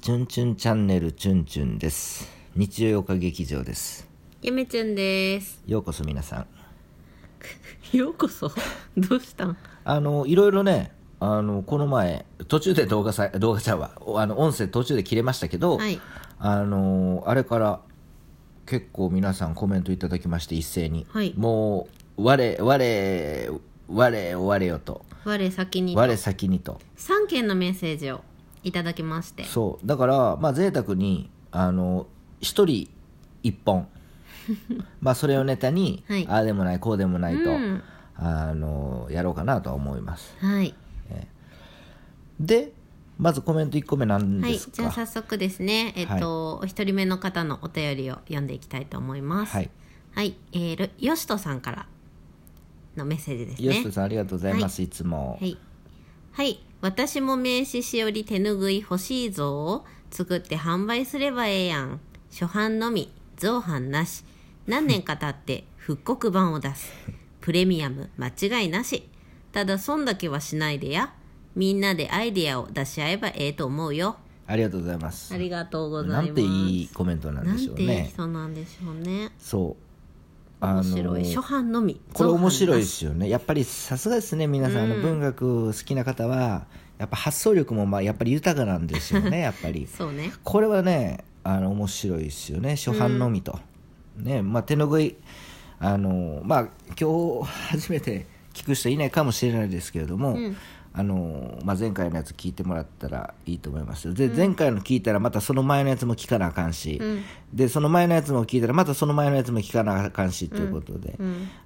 チュンチュンチャンネルチュンチュンです日曜日劇場ですやめちゃんです。ようこそ皆さんようこそ。 どうしたん。あのいろいろねあのこの前途中で動画さ動画ちゃうわおあの音声途中で切れましたけど、はいあのあれから結構皆さんコメントいただきまして一斉に、はいもう我我我我よと我先に。我先にと三件のメッセージをいただきまして。そうだからまあ贅沢にあの一人一 本まあそれをネタに、はいああでもないこうでもないと、うんあのやろうかなとは思いますはい。でまずコメント1個目なんはでい。すじか、ゃあ早速ですね。えっと、お一人目の方のお便りを読んでいきたいと思います。はい。はい。えーる、よしとさんからのメッセージですよしとね。さんありがとうございます、い、つも、はい。はい。私も名刺しおり手ぬぐい欲しいぞを作って販売すればええやん。初版のみ、造版なし。何年か経って復刻版を出 す。プレミアム間違いなし。ただ損だけはしないでや。みんなでアイディアを出し合えばええと思うよ。ありがとうございますありがとうございまなす。んていいコメントなんでしょうなんていいね人なんでしょうね。そう面白い。初版のみ。これ面白いで造版なしすよねやっぱりさすがですね皆さん、あの文学好きな方はやっぱ発想力もまあやっぱり豊かなんですよ ねやっぱりそうね。これはねあの面白いですよね初版のみと、ねまあ手拭いあのまあ今日初めて聞く人いないかもしれないですけれども、あのまあ、前回のやつ聞いてもらったらいいと思いますよで、前回の聞いたらまたその前のやつも聞かなあかんし、でその前のやつも聞いたらまたその前のやつも聞かなあかんしということで、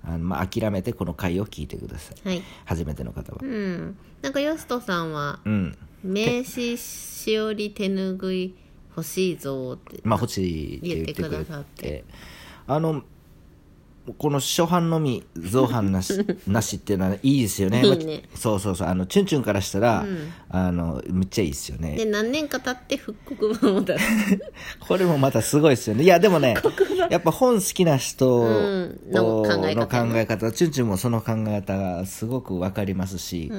あのまあ、諦めてこの回を聞いてくださいはい。初めての方はうん。なんかヨシトさんは、うん名刺しおり手ぬぐい欲しいぞーってまあ、欲しいって言ってく言れ、ってくださってあの、この初版のみ、造版な しなしっていうのはいいですよね。いいねそうそうそう、あの、チュンチュンからしたら、あの、めっちゃいいですよねで。何年か経って復刻版を出す これもまたすごいですよね。いや、でも ね、やっぱ本好きな人うんの考え方ねの考え方、チュンチュンもその考え方がすごくわかりますし、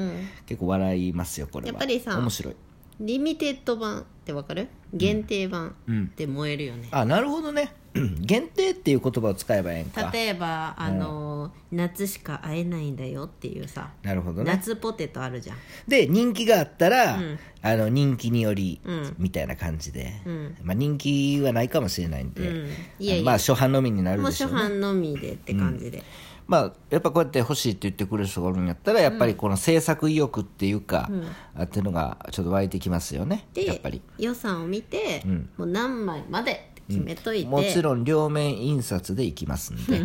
結構笑いますよ、これは。やっぱりさ面白い。リミテッド版ってわかる限定版って燃えるよね、あ、なるほどね。 うん限定っていう言葉を使えばええんか。例えばあのー夏しか会えないんだよっていうさ、なるほどね。夏ポテトあるじゃんで人気があったら、あの人気により、みたいな感じで、まあ、人気はないかもしれないんで、んいやいやまあ初版のみになるもうでし初ょうね版のみでって感じで、まあやっぱこうやって欲しいって言ってくれる人がおるんやったらやっぱりこの制作意欲っていうか、あっていうのがちょっと湧いてきますよねやっぱでり予算を見て、もう何枚までって決めといて、もちろん両面印刷でいきますんで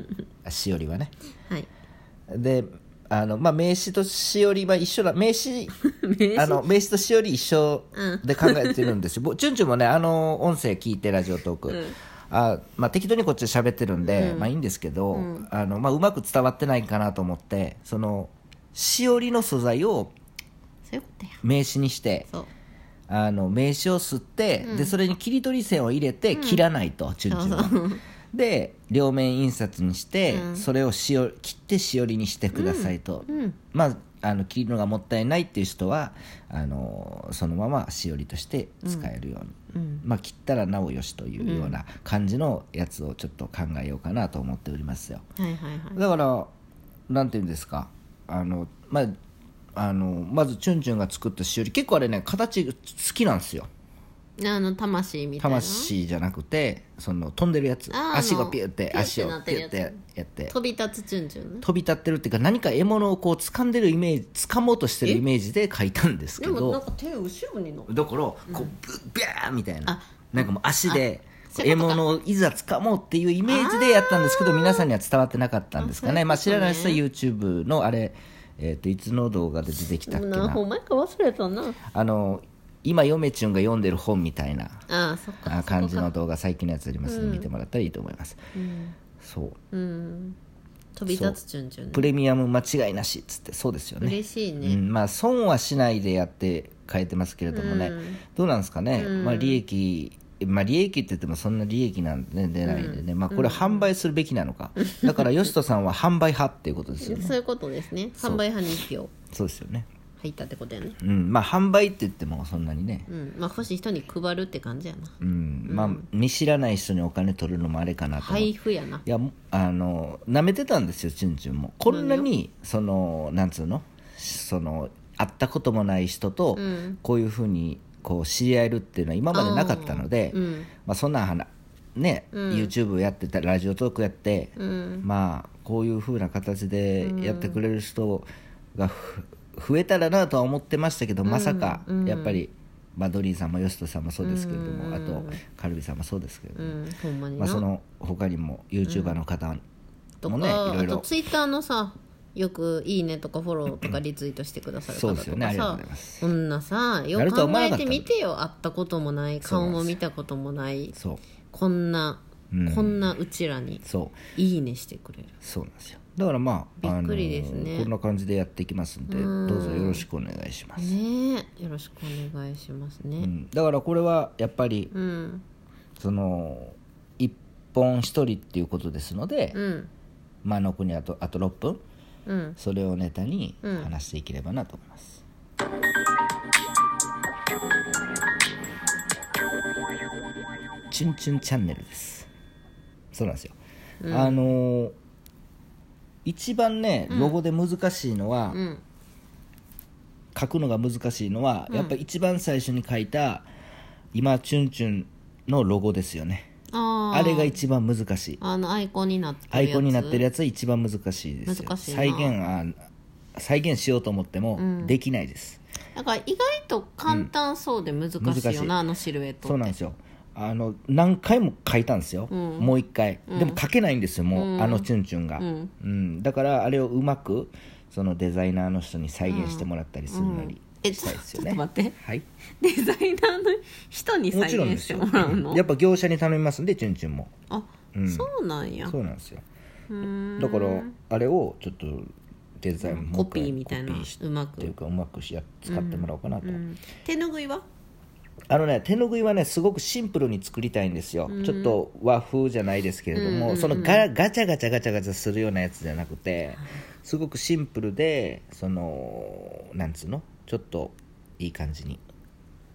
あしおりはねはいであのまあ名刺としおりは一緒な名刺あの 名刺としおり一緒で考えてるんですよ、ぼ ちゅんちゅんもねあの音声聞いてラジオトーク、あまあ、適当にこっちで喋ってるんで、まあいいんですけど、あのまあ、うまく伝わってないかなと思ってそのしおりの素材をそういうことや名刺にしてそうあの名刺を吸って、でそれに切り取り線を入れて切らないと、チュンチュンはで両面印刷にして、それをしお切ってしおりにしてくださいと、まああの切るのがもったいないっていう人はあのそのまましおりとして使えるように、まあ、切ったらなおよしというような感じのやつをちょっと考えようかなと思っておりますよ。はいはいはいだからなんていうんですかあのまああのまずチュンチュンが作ったしおり結構あれね形好きなんですよあの魂みたいな魂じゃなくてその飛んでるやつあー足がピューってあの足をピューピってなっューてるやっつてやって飛び立つチュンチュンね飛び立ってるっていうか何か獲物をこう掴んでるイメージ掴もうとしてるイメージで描いたんですけでもなどんか手後ろにのだからこうブビャーみたいなあなんかもう足でそうい獲うことか物をいざ掴もうっていうイメージでやったんですけど皆さんには伝わってなかったんですかねあそういまあ知らうことねない人は YouTube のあれ、えー、といつの動画で出てきたっけ何な本前か忘れたなあの今嫁ちゅんが読んでる本みたいなああそっかあ感じの動画最近のやつありますので見てもらったらいいと思います、そううん飛び立つチュンチュンプねレミアム間違いなしっつってそうですよね嬉しいうねん、まあ損はしないでやって変えてますけれどもね、どうなんですかね、まあ利益まあ利益って言ってもそんな利益なんてね出ないんでね、まあこれ販売するべきなのか、だから吉人さんは販売派っていうことですよねそういうことですね販売派に一票そうですよね入ったってことやねうん、まあ販売って言ってもそんなにね、うんまあ欲しい人に配るって感じやなうん、まあ見知らない人にお金取るのもあれかなと思って配布やないやもあの舐めてたんですよチュンチュンもこんなにそのなんつうのその会ったこともない人とうんこういうふうにこう知り合えるっていうのは今までなかったので、うんまあ、そんな話ね、うん YouTube やってたラジオトークやって、うんまあこういうふうな形でやってくれる人がふ増えたらなとは思ってましたけど、まさかうんやっぱり、まあ、ドリーさんもヨシトさんもそうですけれども、うんあとカルビさんもそうですけれどうも、んほんまにまな、あ、その他にも YouTuber の方とか、もね、いろいあとろツイッターのさよく「いいね」とか「フォロー」とかリツイートしてくださるそ方うとですよかねありがとうさございますこんなさやよくるとは考思わなえかったてみてよ会ったこともない顔も見たこともないそうこんな、うんこんなうちらにそう「いいね」してくれるそうなんですよだからまあびっくりですあねのこんな感じでやっていきますんでうんどうぞよろしくお願いします、ねえよろしくお願いしますうねん、だからこれはやっぱりうんその一本一人っていうことですので、うんまあ残りあとあと6分うんそれをネタにうん話していければなと思います、チュンチュンチャンネルですそうなんですよ、あのー一番ねロゴで難しいのは、うん書くのが難しいのは、やっぱ一番最初に書いた今チュンチュンのロゴですよねあーあれが一番難しいあのアイコンになってるやつアイコンになってるやつは一番難しいですよ難しいな再現あ再現しようと思ってもできないです、だから意外と簡単そうで難しいようんな、あのシルエットってそうなんですよあの何回も書いたんですよ、もう一回、でも書けないんですよもう、あのチュンチュンが、うんだからあれをうまくそのデザイナーの人に再現してもらったりするなりえしたいですよちょね、っと待ってはいデザイナーの人にも再ちろんで現しすてよもらうのやっぱ業者に頼みますんでチュンチュンもあ、そうなんやそうなんですようーんだからあれをちょっとデザインもう一回コピーみたいなコピーしうまっくていうかうまくしや使ってもらおうかなと、うん手ぬぐいはあのね手ぬぐいはねすごくシンプルに作りたいんですよ、ちょっと和風じゃないですけれども、そのガガチャガチャガチャガチャするようなやつじゃなくてすごくシンプルでそのなんつうのちょっといい感じに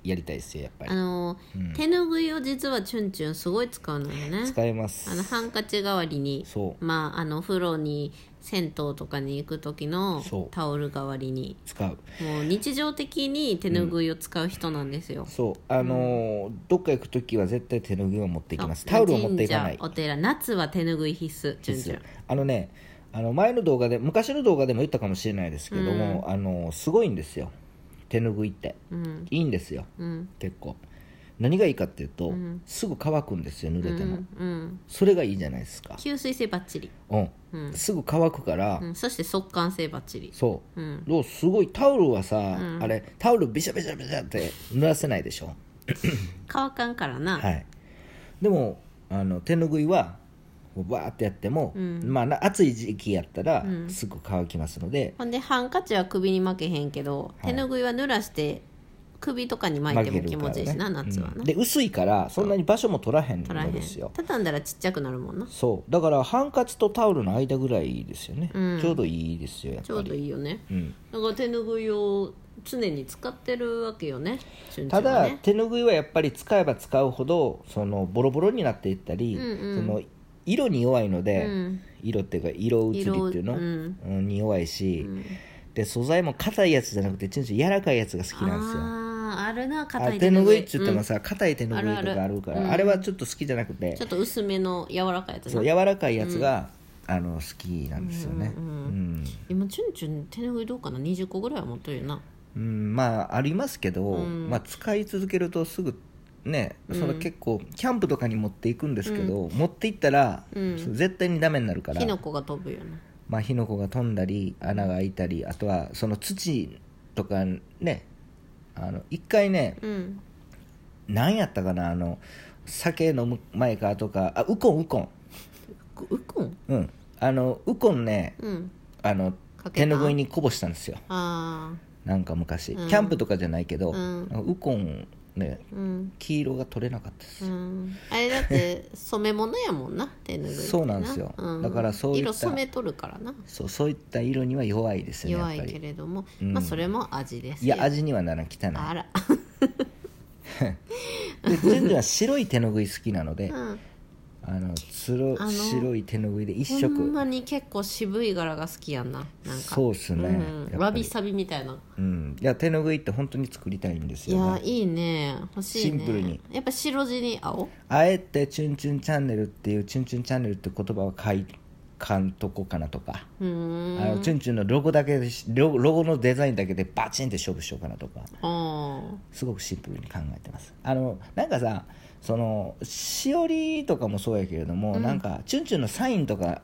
やりたいですよやっぱありのー、手ぬぐいを実はチュンチュンすごい使うのよね使えますあのハンカチ代わりにそうまああの風呂に銭湯とかに行く時のそうタオル代わりに使うもう日常的に手ぬぐいを使う人なんですよ、そうあのーどっか行く時は絶対手ぬぐいを持っていきますタオルを持っていかない神社お寺夏は手ぬぐい必須チュンチュンあのねあの前の動画で昔の動画でも言ったかもしれないですけども、あのすごいんですよ手ぬぐいってうんいいんですようん結構何がいいかっていうと、すぐ乾くんですよ濡れても、うんそれがいいじゃないですか吸水性バッチリ、うん、うんすぐ乾くから、うん、そして速乾性バッチリそう、うんどうすごいタオルはさ、あれタオルビシャビシャビシャって濡らせないでしょ乾かんからな、はい、でもあの手ぬぐいはこうバーってやっても、まあな、暑い時期やったらすぐ乾きますので、ほんでハンカチは首に負けへんけど、手ぬぐいは濡らして首とかに巻いても気持ちいいしな、負ける夏からはな、うんで薄いからそんなに場所も取らへん取らへのんですよ畳んだらちっちゃくなるもんなそうだからハンカチとタオルの間ぐらいですよね、うんちょうどいいですよやっちょぱうどりいいよねうん、だから手ぬぐいを常に使ってるわけよねチュンチたュンはだね手ぬぐいはやっぱり使えば使うほどそのボロボロになっていったり、うんうんその色に弱いので、うん色っていうか色移りっていうの、色うんうんに弱いし、で素材も硬いやつじゃなくてちんちん柔らかいやつが好きなんですよあーあるなあ硬い手ぬぐいっちつってもさ硬、い手ぬぐいとあるあるかあるからあうんれはちょっと好きじゃなくて、ょっと薄めの柔らかいやつそうな柔らかいやつが、あの好きなんですよねうん、今チュンチュン手ぬぐいどうかな20個ぐらいは持っとるよなうんまあありますけど、んまあ、使い続けるとすぐねその結構キャンプとかに持っていくんですけど、持っていったら、うんそう絶対にダメになるから火の粉が飛ぶよなまあ、火の粉が飛んだり穴が開いたりあとはその土とかねあの一回ねうん何やったかなあの酒飲む前かとかあウコンウコンううこんうんあのウコンねうんあのか手けたぬぐいにこぼしたんですよあなんか昔、キャンプとかじゃないけど、うんウコンねうん黄色が取れなかったです、うん、あれだって染め物やもんな手拭いってそうなんですよだからそういった色染めとるからなそうそういった色には弱いですよね弱やっぱいけりれども、うんまあそれも味ですいよや味にはならん汚あら、いで全然は白い手拭い好きなので、うん、あのつろあの白い手拭いで一ほん色まに結構渋い柄が好きやんななんかそうっすね、うやんっぱりわびさびみたいなうんいや手拭いって本当に作りたいんですいやよ、ね、いいね欲しいねシンプルにやっぱ白地に青あえて「チュンチュンチャンネル」っていう「チュンチュンチャンネル」って言葉は書いかんとこかなとか、うーんあのチュンチュンのロゴだけでしロゴロゴのデザインだけでバチンって勝負しようかなとかあすごくシンプルに考えてますあのなんかさそのしおりとかもそうやけれども、なんかチュンチュンのサインとか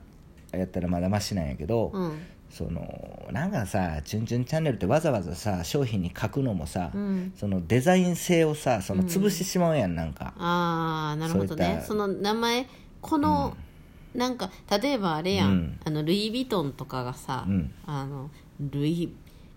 やったらまだマシなんやけど、ーうんそのなんかさ「チュンチュンチャンネル」ってわざわざさ商品に書くのもさ、んそのデザイン性をさその潰してしまうやんなんか、ああなるほどねそそういの名前この、なんか例えばあれやん、うんあのルイ・ヴィトンとかがさ、うんあのルイ・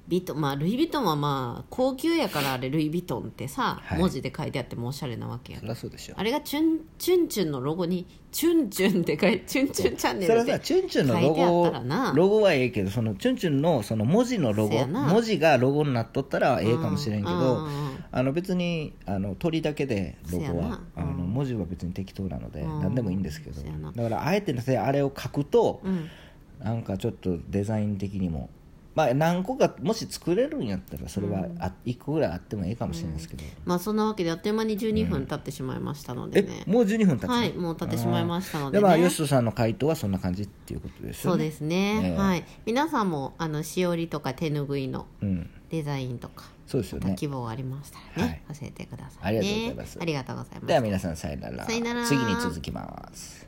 ヴィトンまあルイ・ヴィトンはまあ高級やからあれルイ・ヴィトンってさ、はい文字で書いてあってもおしゃれなわけやんそりゃそうでしょあれがチュンチュンチュンのロゴに「チュンチュン」って書いて「チュンチュンチャンネそれル」はっさて書いチュンチュンのロてあゴったらなロゴはええけどそのチュンチュンのその文字のロそやゴな文字がロゴになっとったらええかもしれんけうんどうんうんあの別にあの鳥だけでロそゴやはなあの文字は別に適当なのでうん何でもいいんですけどそやなだからあえてねあれを書くとうんなんかちょっとデザイン的にもまあ何個かもし作れるんやったらそれはあ1個ぐらいあってもええかもしれないですけどまあそんなわけであっという間に12分経ってしまいましたのでえね、もう12分経つのはいもう経ってしまいましたので,、でねまあ吉野さんの回答はそんな感じっていうことですそようねですね、ええはい皆さんもあのしおりとか手ぬぐいのうんデザインとか、そうですよね希望ありましたらね、教えてください、ありね、がとうございますありがとうございますでは皆さんさよならさよなら次に続きます